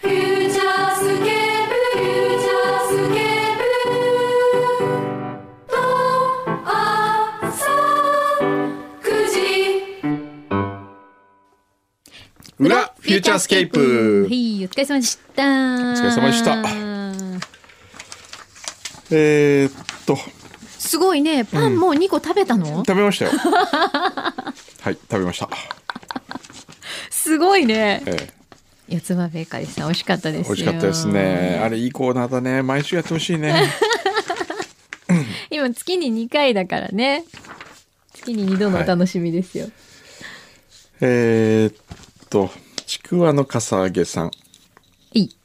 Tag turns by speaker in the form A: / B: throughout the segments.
A: フューチャースケープフューチャースケープと朝9時
B: 裏フューチャースケープ
C: は。い、お疲れ様でした。お疲
B: れ様でしたえー、っと、
C: すごいね、パンもう二個食べたの、
B: 食べま したよ。はい、食べました。
C: すごいね。
B: えー
C: 四つ葉ベーカリーさん、美味しかったです
B: 美
C: よ。
B: 味しかったです。ね。あれ、いいコーナーだね。毎週やってほしいね。
C: 今、月に二回だからね。月に二度のお楽しみですよ。
B: えーっと、ちくわのかさあげさん。
C: い、い。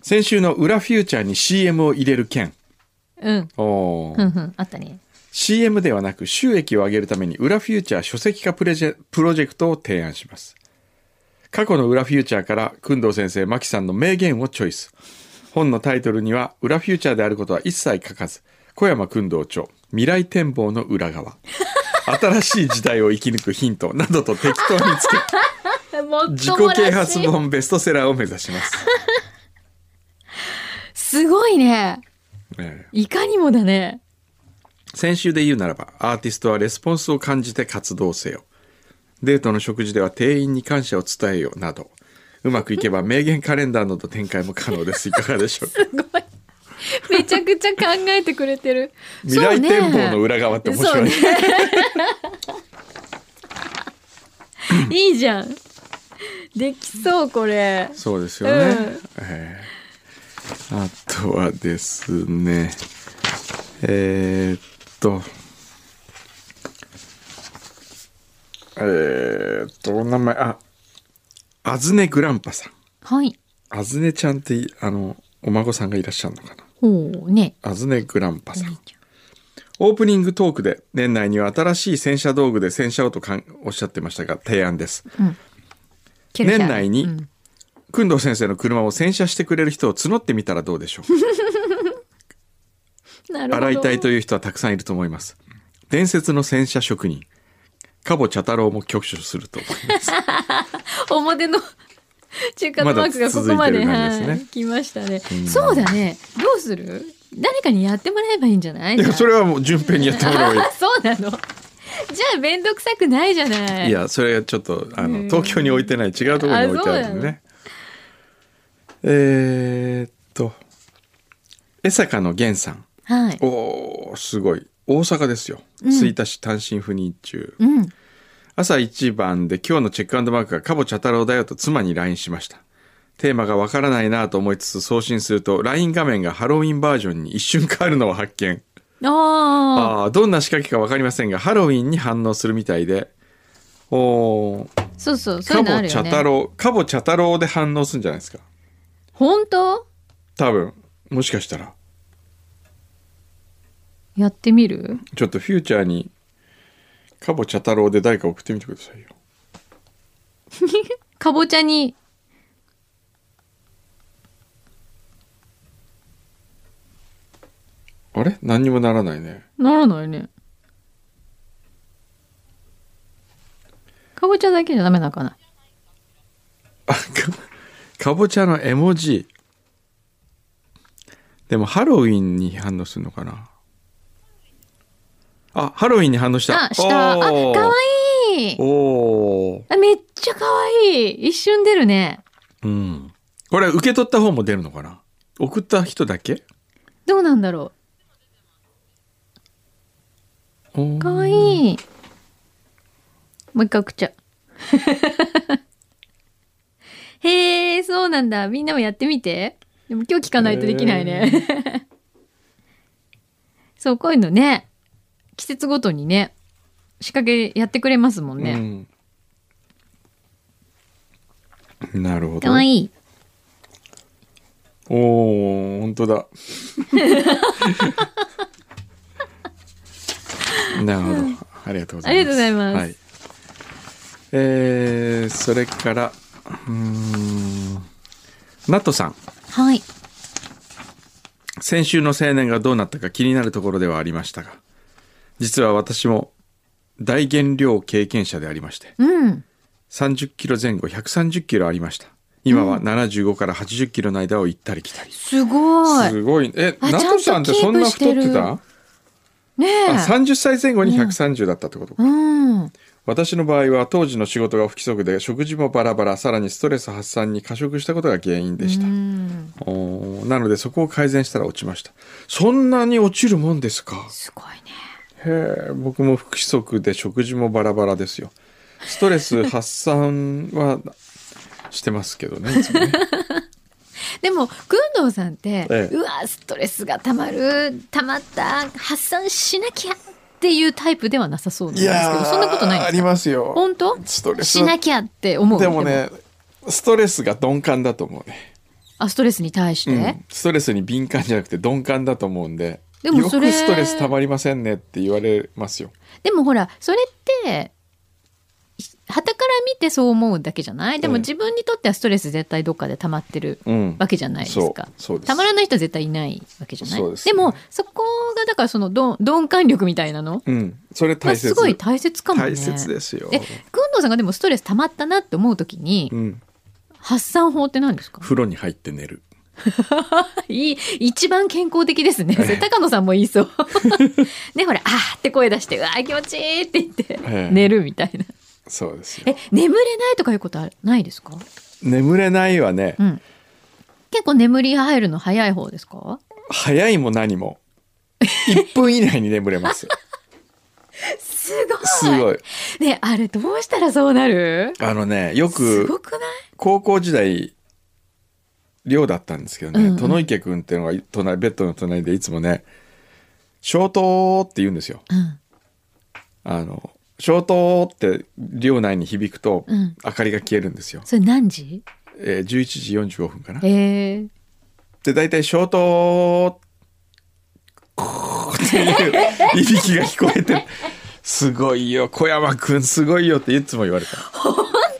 B: 先週の裏フューチャーに CM を入れる件。
C: うん。
B: お
C: う
B: ー
C: んうん、あったね。
B: CM ではなく収益を上げるために裏フューチャー書籍化プレジェプロジェクトを提案します過去の裏フューチャーから工藤先生牧さんの名言をチョイス本のタイトルには裏フューチャーであることは一切書かず小山工藤著未来展望の裏側新しい時代を生き抜くヒントなどと適当につけ
C: もっ
B: 自
C: とも
B: 己啓
C: らし
B: 発
C: い。
B: 本ベストセラーを目指します、
C: すごいね。
B: ええ
C: いかにもだね。
B: 先週で言うならばアーティストはレスポンスを感じて活動せよデートの食事では店員に感謝を伝えよなどうまくいけば名言カレンダーなど展開も可能ですいかがで しょうか
C: すごい。めちゃくちゃ考えてくれてる。
B: 未来展望の裏側って面白い、
C: そうね いいじゃんできそうこれ
B: そうですよね、
C: うん
B: えーあとはですねえーっとえーっとお名前ああずねグランパさん
C: はい
B: あずねちゃんっていあのお孫さんがいらっしゃるのかな
C: ほうね
B: あずねグランパさんオープニングトークで年内には新しい洗車道具で洗車をとかんおっしゃってましたが提案です
C: ケルシャー
B: 年内に
C: うん
B: 工藤先生の車を洗車してくれる人を募ってみたらどうでしょう
C: なるほど
B: 洗いたいと
C: いう
B: いう人はたくさんいると思います伝説の洗車職人カボ茶太郎も挙手すると思います
C: 表の中華のマークがここまで
B: まだ続いてる感じですね
C: はい来ましたねそうだねどうする誰かにやってもらえばいいんじゃない
B: いやそ
C: れ
B: れはもう順平にやってもらえばいい
C: そうなのじゃあ面倒くさくないじゃない
B: いやそれはちょっとあの東京に置いてない違うところに置いてあるんでねえーっと江坂の源さん
C: はい
B: おーすごい大阪ですよ吹田市単身赴任中、
C: うん
B: 朝一番で今日のチェックマークが「かぼちゃ太郎だよ」と妻に LINE しましたテーマがわからないなと思いつつ送信すると LINE 画面がハロウィンバージョンに一瞬変わるのを発見
C: あ
B: ああどんな仕掛けかわかりませんがハロウィンに反応するみたいでおー
C: あそうそうそうい
B: か
C: うのあ
B: ぼ
C: る
B: ちゃ
C: よね
B: 太郎かぼちゃ太郎で反応するんじゃないですか
C: 本当
B: 多分もしかしたら
C: やってみる
B: ちょっとフューチャーにかぼちゃ太郎で誰か送ってみてくださいよ
C: かぼちゃに。
B: あれ何にもならないね。
C: ならないね。かぼちゃだけじゃダメなのかな。
B: あかかぼちゃの絵文字。でもハロウィンに反応するのかなあ、ハロウィンに反応した。
C: あ、した。あ、か
B: おー
C: わいい。
B: おー
C: あ、めっちゃかわいい。一瞬出るね。
B: うん。これ受け取った方も出るのかな送った人だけ
C: どうなんだろ
B: おー
C: う。かわいい。もう一回送っちゃう。 へえ、そうなんだ。みんなもやってみて。でも今日聞かないとできないね。 そう、こういうのね。季節ごとにね、仕掛けやってくれますもんね。
B: うんなるほど。
C: かわいい。
B: おお本当だ なるほどありがとうございます
C: ありがとうございます
B: はいえー、それからうーんナットさん
C: はい。
B: 先週の青年がどうなったか気になるところではありましたが実は私も大減量経験者でありまして
C: うん。
B: 30キロ前後130キロありました今は75から80キロの間を行ったり来たり、
C: すごい。
B: すごいえ
C: あ
B: ナトさんって
C: ちゃ
B: そ
C: ん
B: ん
C: と
B: な
C: キ
B: 太
C: ー
B: っ
C: プして
B: て
C: る
B: た
C: ね
B: あ
C: え。
B: 30歳前後に130だったってこと、
C: うん。
B: 私の場合は当時の仕事が不規則で食事もバラバラさらにストレス発散に過食したことが原因でした、
C: うん。
B: おーなのでそこを改善したら落ちましたそんなに落ちるもんですか
C: すごいね。
B: へえ僕も不規則で食事もバラバラですよストレス発散はしてますけどねいつもね
C: でも、軍藤さんって、
B: ええ
C: うわ、ストレスがたまる、たまった、発散しなきゃっていうタイプではなさそうなんですけど、そんなことないん
B: あ
C: です
B: り
C: か
B: ますよ
C: 本当
B: ストレス
C: しなきゃって思う。
B: でもねストレスが鈍感だと思うね、
C: あ、ストレスに対して、
B: うんストレスに敏感じゃなくて鈍感だと思うんで
C: でも
B: よ
C: それ
B: くストレスたまりませんねって言われますよ
C: でもほら、それって、はたから見てそう思うだけじゃないで
B: え
C: も
B: え
C: 自分にとってはストレス絶対どっかで溜まってる
B: うん
C: わけじゃないですか。
B: そうそうです
C: たまらない人は絶対いないわけじゃない
B: そうです
C: も、そこがだからそのどん鈍感力みたいなの、
B: うんそれ
C: まあ
B: 大切、
C: すごい大切かもね。
B: 大切ですよ
C: え、くんどうさんがでもストレス溜まったなって思うときに、
B: うん
C: 発散法って何ですか
B: 風呂に入って寝る
C: いい、一番健康的ですね。それ高野さんも言いそう。 ね、ほら、あーって声出して、うわー気持ちいいって言って
B: ええ、
C: 寝るみたいな。
B: そうですよ
C: え、眠れないとかいうことはないですか
B: 眠れないはね、
C: うん。結構眠り入るの早い方ですか
B: 早いも何も1分以内に眠れ ます
C: す
B: す
C: ごい
B: ごい
C: ねあれどうしたらそうなる
B: あのねよ
C: すご
B: く
C: くない
B: 高校時代寮だったんですけどね、
C: うんうん
B: 殿池君っていうのが隣ベッドの隣でいつもね「消灯」って言うんですよ
C: うん。
B: あの消灯って寮内に響くと、
C: うん
B: 明かりが消えるんですよ、
C: それ何時
B: えー、11時45分かな
C: えー、
B: で大体消灯こう っていういびきが聞こえてすごいよ小山くんすごいよっていつも言われ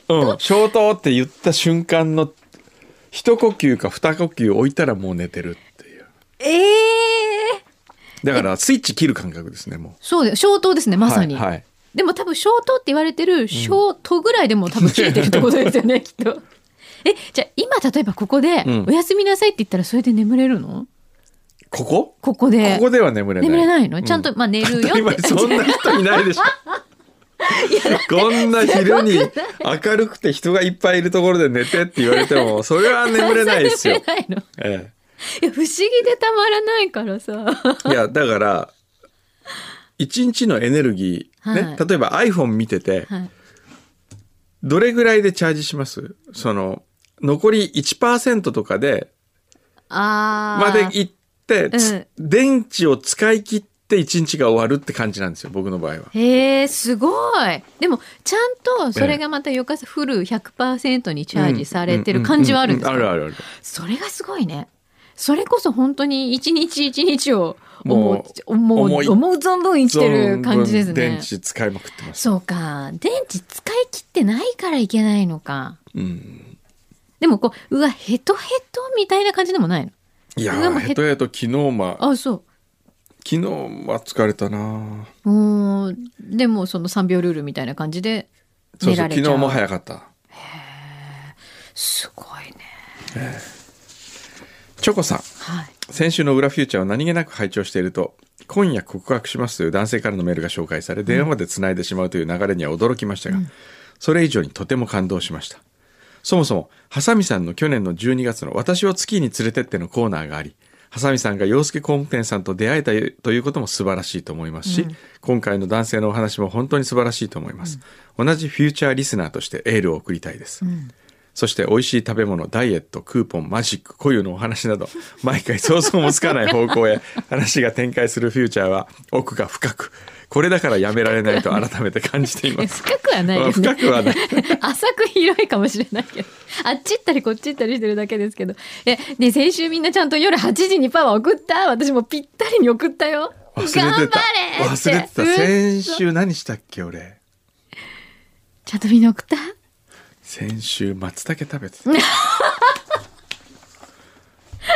B: たうん消灯って言った瞬間の一呼吸か二呼吸置いたらもう寝てるっていう
C: えー、
B: だからスイッチ切る感覚ですねも
C: そうです消灯ですね
B: う
C: まさに、
B: はい、はい
C: でも多分消灯って言われてる消灯ぐらいでも多分切れてるってことです よね、きっとえじゃあ今例えばここで
B: うん
C: 「おやすみなさい」って言ったらそれで眠れるの
B: ここ
C: ここで
B: ここでは眠れない
C: 眠れないのちゃんと、
B: う
C: まあ寝る
B: 当
C: よ
B: たり
C: っ
B: 前
C: て
B: そんな人いないでしょこんな昼に明るくて人がいっぱいいるところで寝てって言われてもそれは眠れない ですよ
C: 眠れないの
B: え
C: いや不思議でたまらないからさ。
B: え、いやだから一日のエネルギー、ね
C: はい
B: 例えば iPhone 見てて
C: はい、
B: どれぐらいでチャージしますその残り1%とかで
C: あ
B: ま
C: あ。
B: で行って、
C: うん
B: つ電池を使い切って一日が終わるって感じなんですよ僕の場合は。
C: へえ、すごい。でも、ちゃんとそれがまた翌朝フル100%にチャージされてる感じはあるんですか、
B: ううううあるあるある。
C: それがすごいね。それこそ本当に一日一日を思
B: も
C: う、思う、
B: 思
C: 思
B: いう
C: 存分生きてる感じです
B: 存分電
C: ね。
B: 池使いまくってます。
C: そうか。電池使い切ってないからいけないのか。
B: うん。
C: でもこう、うわ、ヘトヘトみたいな感じでもないの。
B: いや
C: うわも
B: ー
C: う
B: ヘトヘト昨日ま
C: あ、そう。
B: 昨日は疲れたな。
C: おーでもその3秒ルールみたいな感じで
B: そう
C: 寝
B: そう
C: ら
B: 昨
C: れちゃう
B: 日も早かった。
C: すごいね
B: チョコさん。
C: はい
B: 先週の裏フューチャーを何気なく拝聴していると今夜告白しますという男性からのメールが紹介され電話までつないでしまうという流れには驚きましたが、それ以上にとても感動しましたそもそもハサミさんの去年の12月の「私を月に連れてって」のコーナーがありハサミさんが洋介工務店さんと出会えたということも素晴らしいと思いますし、今回の男性のお話も本当に素晴らしいと思います、同じフューチャーリスナーとしてエールを送りたいです、そして美味しい食べ物ダイエットクーポンマジック固有のお話など 毎回想像もつかない方向へ話が展開するフューチャーは奥が深くこれだからやめられないと改めて感じています。
C: 深くはないですね
B: 深くはない
C: 浅く広いかもしれないけどあっち行ったりこっち行ったりしてるだけですけどえね先週みんなちゃんと夜8時にパワー送った私もぴったりに送ったよ
B: 忘れてた
C: 頑張れって
B: 忘れてた
C: うん
B: 先週何したっけ俺
C: ちゃんとみんな送った
B: 先週松茸食べてた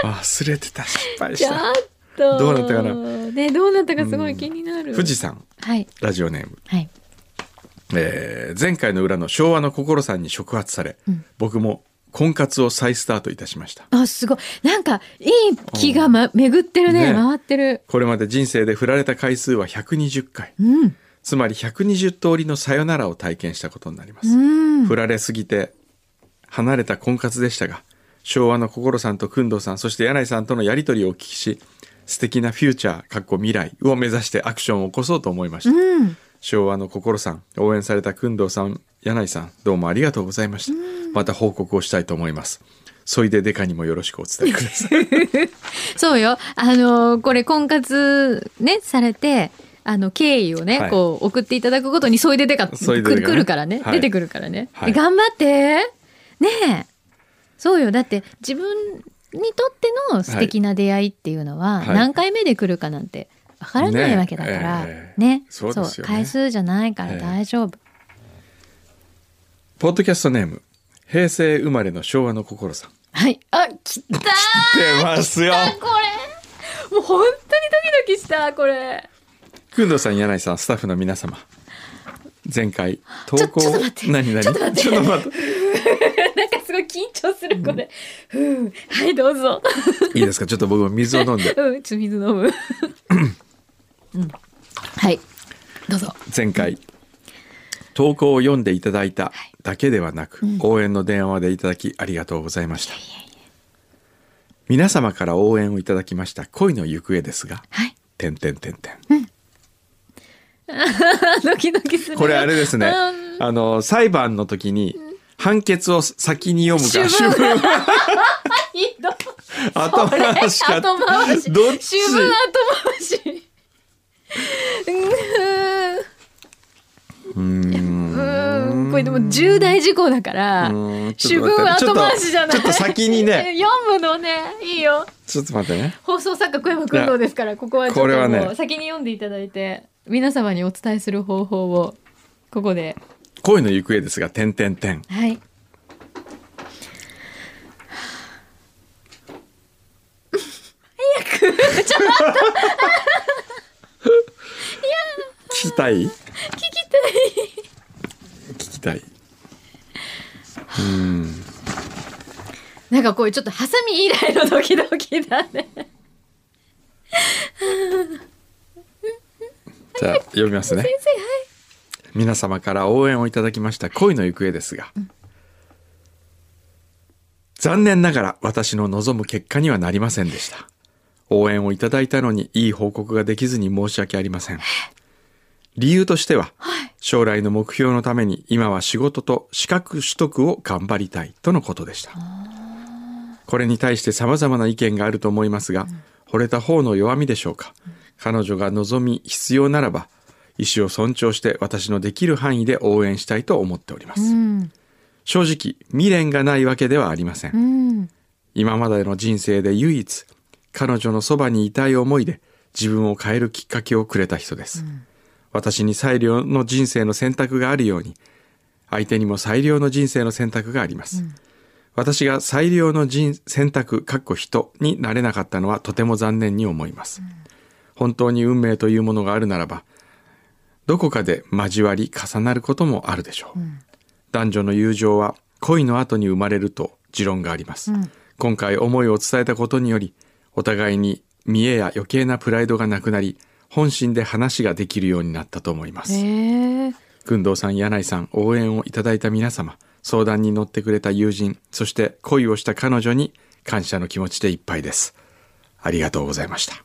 B: 忘れてた失敗
C: ち
B: し
C: ゃ
B: た
C: んと
B: どうなったかな
C: ねどうなったかすごい気になる
B: 富士山
C: はい
B: ラジオネーム、
C: はい
B: えー前回の裏の昭和の心さんに触発され、僕も婚活を再スタートいたしました
C: あすごいなんかいい気が、ま、巡ってるね
B: ね
C: 回ってる
B: これまで人生で振られた回数は120回
C: うん
B: つまり120通りのさよならを体験したことになります、
C: うん
B: 振られすぎて離れた婚活でしたが昭和の心さんと工藤さんそして柳井さんとのやり取りをお聞きし素敵なフューチャーかっこ未来を目指してアクションを起こそうと思いました、
C: うん
B: 昭和の心さん応援された工藤さん柳井さんどうもありがとうございました、また報告をしたいと思いますそいでデカにもよろしくお伝えくだ さい
C: そうよ。あのこれ婚活ね、されて、あの、経緯をね、
B: はい
C: こう、送っていただくごとに、そいででか、
B: そ
C: く
B: いででかね
C: くるからね、
B: はい
C: 出てくるからね。
B: はい
C: で頑張ってねえ。そうよ。だって、自分にとっての素敵な出会いっていうのは、
B: はい
C: 何回目で来るかなんて、わからない
B: ね
C: わけだから、
B: え
C: ね
B: え。そうですよね
C: 回数じゃないから
B: ええ
C: 大丈夫。
B: ポッドキャストネーム平成生まれの昭和の心さん
C: はい。あ、来たー
B: 出ますよ
C: これもう本当にドキドキした、これ。
B: 工藤さん柳井さんスタッフの皆様前回投
C: ち
B: 稿
C: ょちょっと待って
B: 何何
C: ちょっと待って
B: ちょっと待っ
C: なんかすごい緊張するこれ。うん、はいどうぞ。
B: ていいですかちょっと僕も水を飲ん で
C: うん、ちょっと水飲む。 うん、はいどうぞ。
B: 前回投稿を読んでいただいただけではなく、応援の電話でいただきありがとうございました皆様から応援をいただきました恋の行方ですが
C: はい。
B: 点点点点
C: ドキドキする。
B: これあれですね
C: うん
B: あの裁判の時に判決を先に読むか
C: 主
B: 主文
C: ひどい
B: 後回しか
C: 後回し。
B: どっち
C: 主文後回し。うん。うん。これでも重大事項だから
B: うん。ち
C: 主
B: ょっと
C: 文
B: 待って
C: 後回しじゃない。
B: ちょっとちょっと先にね。
C: 読むのね、いいよ。
B: ちょっと待ってね
C: 放送作家小山君堂ですからここはちょ
B: こ
C: っ
B: れ
C: と
B: はね
C: もう先に読んでいただいて皆様にお伝えする方法をここで
B: 恋の行方ですが点点点
C: はい
B: 聞きたい聞きたい聞きたい
C: なんかこういうちょっとハサミ以来のドキドキだね
B: じゃあ読みますね。 皆様から応援をいただきました恋の行方ですが、残念ながら私の望む結果にはなりませんでした。応援をいただいたのにいい報告ができずに申し訳ありません。理由としては、将来の目標のために今は仕事と資格取得を頑張りたいとのことでした。これに対して様々な意見があると思いますが、惚れた方の弱みでしょうか。彼女が望み必要ならば、意思を尊重して私のできる範囲で応援したいと思っております。
C: うん
B: 正直、未練がないわけではありません。
C: うん
B: 今までの人生で唯一、彼女のそばにいたい思いで自分を変えるきっかけをくれた人です。私に最良の人生の選択があるように、相手にも最良の人生の選択があります。私が最良の人選択、かっこ人になれなかったのはとても残念に思います。本当に運命というものがあるならば、どこかで交わり重なることもあるでしょう。男女の友情は恋の後に生まれると持論があります、今回思いを伝えたことによりお互いに見栄や余計なプライドがなくなり本心で話ができるようになったと思います、
C: へえ
B: 群藤さん柳井さん応援をいただいた皆様相談に乗ってくれた友人そして恋をした彼女に感謝の気持ちでいっぱいですありがとうございました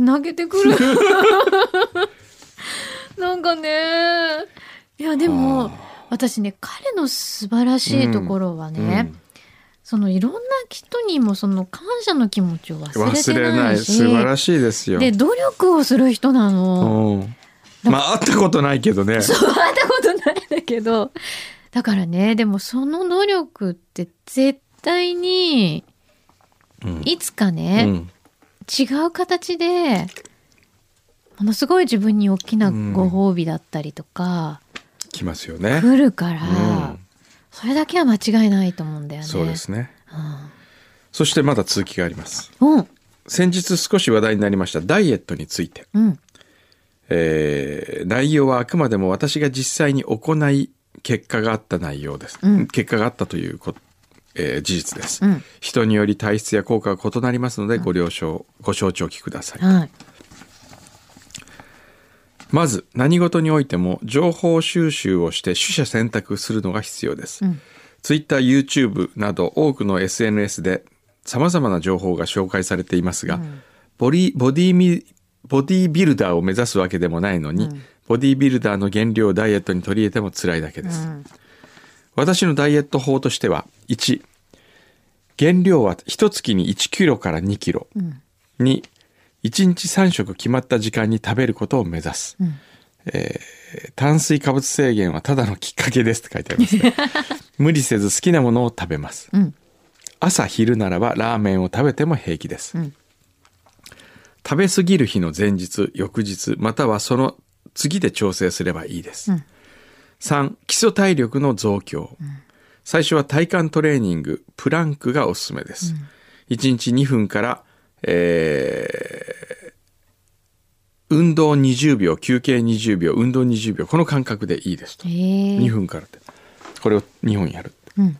C: 泣けてくる なんかねいやでも私ね彼の素晴らしいところはね、そのいろんな人にもその感謝の気持ちを
B: うん
C: 忘れ
B: 忘
C: て
B: れ
C: な
B: ないい
C: し
B: 素晴らしいですよ、
C: で努力をする人な
B: う
C: の。
B: ん、まあ会ったことないけどね
C: そう会ったことないんだけどだからねでもその努力って絶対に
B: うん
C: いつかね、
B: うん
C: 違う形でものすごい自分に大きなご褒美だったりとか、
B: 来ますよね
C: 来るから、
B: うん
C: それだけは間違いないと思うんだよね。
B: そうですね
C: うん
B: そしてまだ続きがあります
C: うん
B: 先日少し話題になりましたダイエットについて、
C: うん
B: えー内容はあくまでも私が実際に行い結果があった内容です、
C: うん
B: 結果があったというこ、えー事実です、
C: うん
B: 人により体質や効果が異なりますのでご了承、ご承知おきください、
C: はい
B: まず何事においても情報収集をして取捨選択するのが必要です、
C: うん
B: Twitter、YouTube など多くの SNS で様々な情報が紹介されていますが、ボリボディミボディビルダーを目指すわけでもないのに、ボディビルダーの原料をダイエットに取り入れても辛いだけです、
C: うん
B: 私のダイエット法としては1原料は1月に1キロから2キロ、
C: うん
B: 2 1日3食決まった時間に食べることを目指す、
C: うん
B: 炭水化物制限はただのきっかけですって書いてありますね無理せず好きなものを食べます
C: うん
B: 朝昼ならばラーメンを食べても平気です、
C: うん
B: 食べ過ぎる日の前日翌日またはその次で調整すればいいです、
C: うん
B: 3基礎体力の増強、最初は体幹トレーニングプランクがおすすめです、1日2分から、えー運動20秒休憩20秒運動20秒この間隔でいいですと、
C: え
B: 2
C: ー
B: 分からってこれを2本やる
C: うん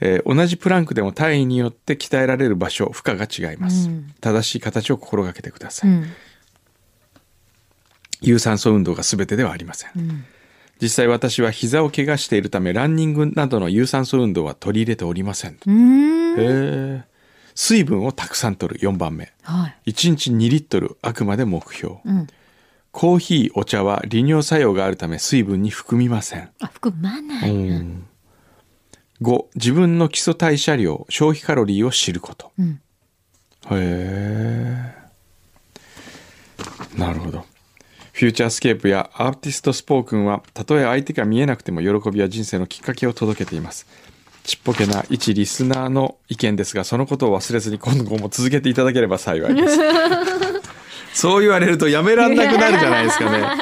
B: えー同じプランクでも単位によって鍛えられる場所負荷が違います、
C: うん
B: 正しい形を心がけてくださ
C: う
B: い、
C: ん
B: 有酸素運動が全てではありません、
C: うん
B: 実際私は膝を怪我しているためランニングなどの有酸素運動は取り入れておりません、
C: うーん
B: へー水分をたくさん取る4番目
C: はい
B: 1日2リットルあくまで目標、
C: うん
B: コーヒーお茶は利尿作用があるため水分に含みません
C: あ含まないうん
B: 5自分の基礎代謝量消費カロリーを知ること
C: うん
B: へえなるほどフューチャースケープやアーティストスポークンはたとえ相手が見えなくても喜びや人生のきっかけを届けていますちっぽけな一リスナーの意見ですがそのことを忘れずに今後も続けていただければ幸いですそう言われるとやめらんなくなるじゃないですかね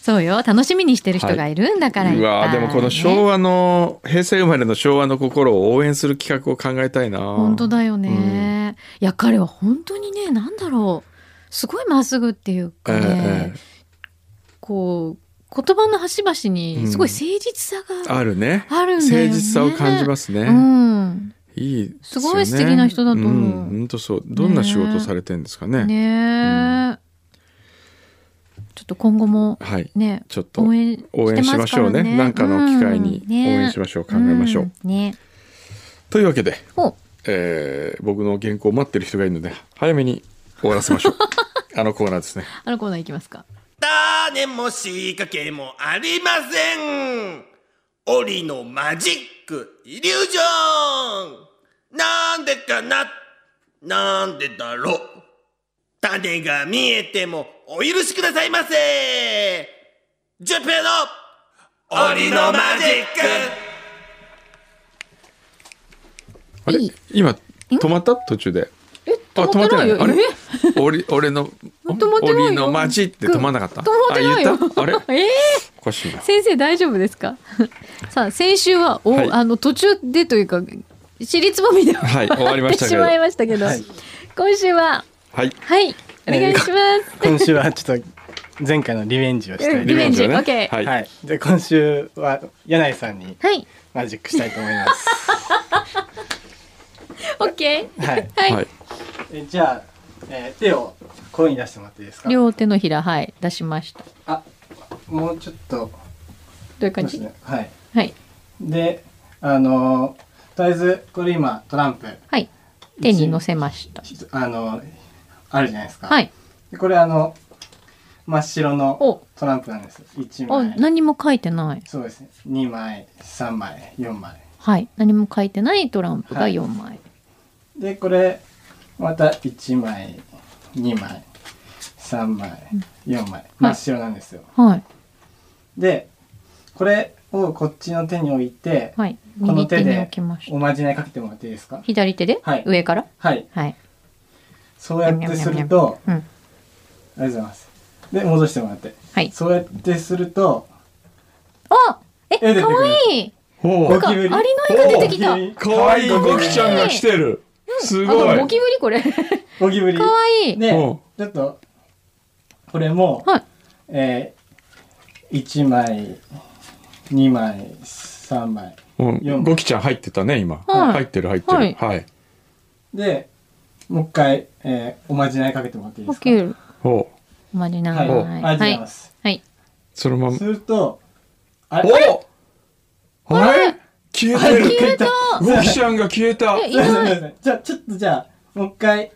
C: そうよ楽しみにしてる人がいるんだからいっ
B: う
C: ぱ
B: わ
C: い
B: ーでもこの
C: ね
B: 昭和の平成生まれの昭和の心を応援する企画を考えたいな
C: 本当だよね、いや彼は本当にねなんだろうすごいまっすぐっていう
B: え
C: かね
B: え、
C: こう言葉の端々にすごい誠実さが
B: あるね
C: あるんだよね、
B: 誠実さを感じますね、
C: うん
B: いいですよね
C: すごい素敵な人だと思うん
B: 本当そうどんな仕事されてんですかね
C: ねえ、ちょっと今後も
B: はい
C: ね
B: ちょっと
C: 応援
B: 応援
C: て
B: し
C: ま
B: ますし
C: から
B: ょうねなんかの機会に
C: うん
B: 応
C: ね
B: 援しましょう、考えましょう、
C: うんね
B: というわけで、
C: お
B: えー僕の原稿を待ってる人がいるので早めに終わらせ ましょうあのコーナーですね
C: あのコーナーいきますか
D: 種も仕掛けもありません檻のマジックイリュージョンなんでかななんでだろう種が見えてもお許しくださいませジュペの檻のマジック
B: あれ
C: いい
B: 今止まった途中で
C: え
B: あ止まってないあれ俺俺の
C: 止まってないよ
B: 俺の街って止まんなかった
C: 止まってないよ
B: あ言ったあれ
C: ええ
B: おかしいな
C: 先生大丈夫ですか さあ先週はお、
B: はい
C: あの途中でというか尻つぼみでは
B: はい終わりましたけ
C: 終
B: ど
C: わってしまいましたけど、今週は
B: はい
C: はいお願いします、
E: 今週はちょっと前回のリベンジをしたい
C: リ
E: で
C: ベンジ
B: をね
C: OK
B: は
E: す。
B: い
E: はい。で今週は柳井さんに
C: はい
E: マジックしたいと思い ます。
C: オッケー
E: はい。
C: はい、
B: はい
E: えじゃあ、えー手を声に出してもらっていいですか。
C: 両手のひらはい出しましたど
E: あもうちょっと
C: ういう感
E: そ
C: じ、
E: うですねはい。
C: はい
E: であのーとりあえずこれ今トランプ
C: はい手に乗せました
E: ひあのーあるじゃないですか。
C: は。い
E: でこれあの真っ白の
C: お
E: トランプなんです1
C: あ
E: 枚
C: 何も書いてない
E: そうですね2枚3枚4枚
C: はい何も書いてないトランプが
E: はい
C: 4枚
E: でこれまた1枚2枚3枚4枚真っ白なんですよ、
C: はい
E: でこれをこっちの手に置いて、
C: はい
E: この
C: 右
E: 手
C: 手に置
E: で
C: きました
E: おまじないかけてもらっていいですか
C: 左手で、
E: はい
C: 上から
E: はい
C: はい
E: そうやってすると
C: うん
E: ありがとうございますで戻してもらって
C: はい
E: そうやってすると
C: あえ
E: 絵出てくる
C: かわいい
B: ほ
C: なん
B: う
C: か
E: ゴ
C: ア
E: キ
C: リ
E: ブリ
C: の絵が出てきた
E: ゴキブリ
B: かわいい
E: かわいい
B: ゴキちゃんが来てるす
C: あ
B: ごい
C: ゴキブリこれか
E: ゴキブリ
C: わいい
E: で
B: うん
E: ちょっとこれも、
C: はい
E: えー、1枚2枚3枚
B: うん
E: 四
B: ゴキちゃん入ってたね今
C: はい
B: 入ってる入ってる
C: はい
B: はい
E: でもう一回、えーおまじないかけてもらっていいで
C: ゴ
E: すか
C: キブリ
B: ほう
C: おまじな
E: はいい、
C: は
E: はいい、ありがとうござい
C: は
E: ま
C: い
E: す、
C: はい
B: そのまます
E: るとあれ
B: おあれ消えてる
E: 消えた
B: ゴキちゃんが消えた
C: えい
E: すいませんす
C: ない
E: ませんじゃあちょっとじゃあもう一回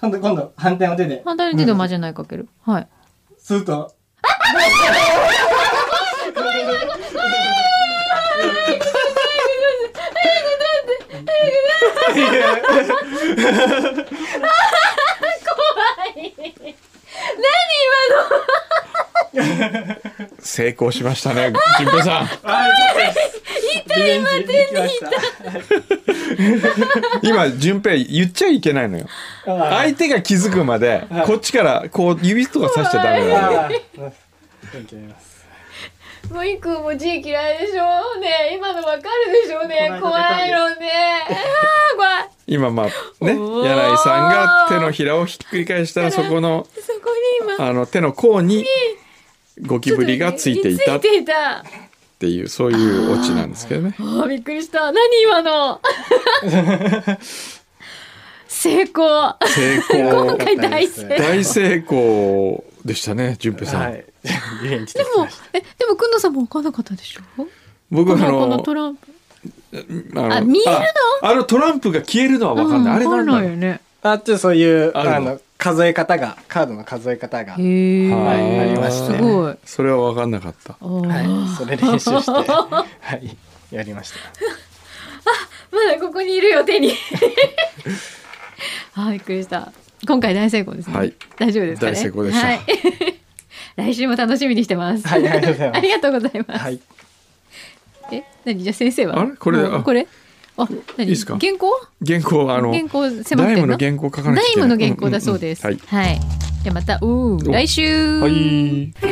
E: 今度今度反対の手で
C: 反対の手でおまじないかける、はい
E: すると
B: 成功しましたね純平さん
E: あ痛い今手に い
B: 今順平言っちゃいけないのよ
E: たはい
B: 相手が気づくまで
E: はい
B: こっちからこう指とかさしちゃダメなのよ
E: あー勉強になります
C: もういくんも字嫌いでしょねえ今のわかるでしょね
E: この間
C: 怖いのね あー怖い
B: 今まあね
C: おー
B: 柳井さんが手のひらをひっくり返したらそこの
C: そこに今
B: あの手の甲にゴキブリがついていたっ
C: ついていた
B: ていうそういうオチなんですけどね
C: あーびっくりした何今の成功
B: 成功
C: 今回大成功
B: 大成功でしたね順平さん、
E: はいリベンジ
C: で
E: でき
C: も
E: ました
C: えでもくんのさんも分かんなかったでしょ
B: 僕
C: こ
B: はあ
C: のこの
B: の
C: トランプ
B: あの
C: あ見えるの
B: ああのトランプが消えるのは分かんない、あれ
C: 分か
B: なんんだ
C: ない
B: ろ
C: よね
E: あちょっとそういう
B: あるの
E: あの数え方がカードの数え方が
C: へえ、
B: う
E: はいありました
C: す
E: ね
C: ごい
B: それは分かんなかった
C: あー
E: はい、それ練習して、はい、やりました。
C: まだここにいるよ手に あーびっくりした今回大成功ですね、
B: はい
C: 大丈夫ですかね
B: 大成功でした
C: はい、 来週も楽しみにしてます
E: はいありがとうござい ます
C: ありがとうございます、
E: はい、
C: え何じゃあ先生は
B: あれこれで
C: もう
B: あ
C: これあ何
B: いいっすか
C: 原稿は
B: 原稿はあの
C: 原稿迫ってんの
B: ダイムの原稿書かなきゃいけ
C: ダイ
B: ない
C: ムの原稿だそうです。
B: うんうんうん
C: はい。じゃあまた、うー来週
B: はい、は
A: 「
B: い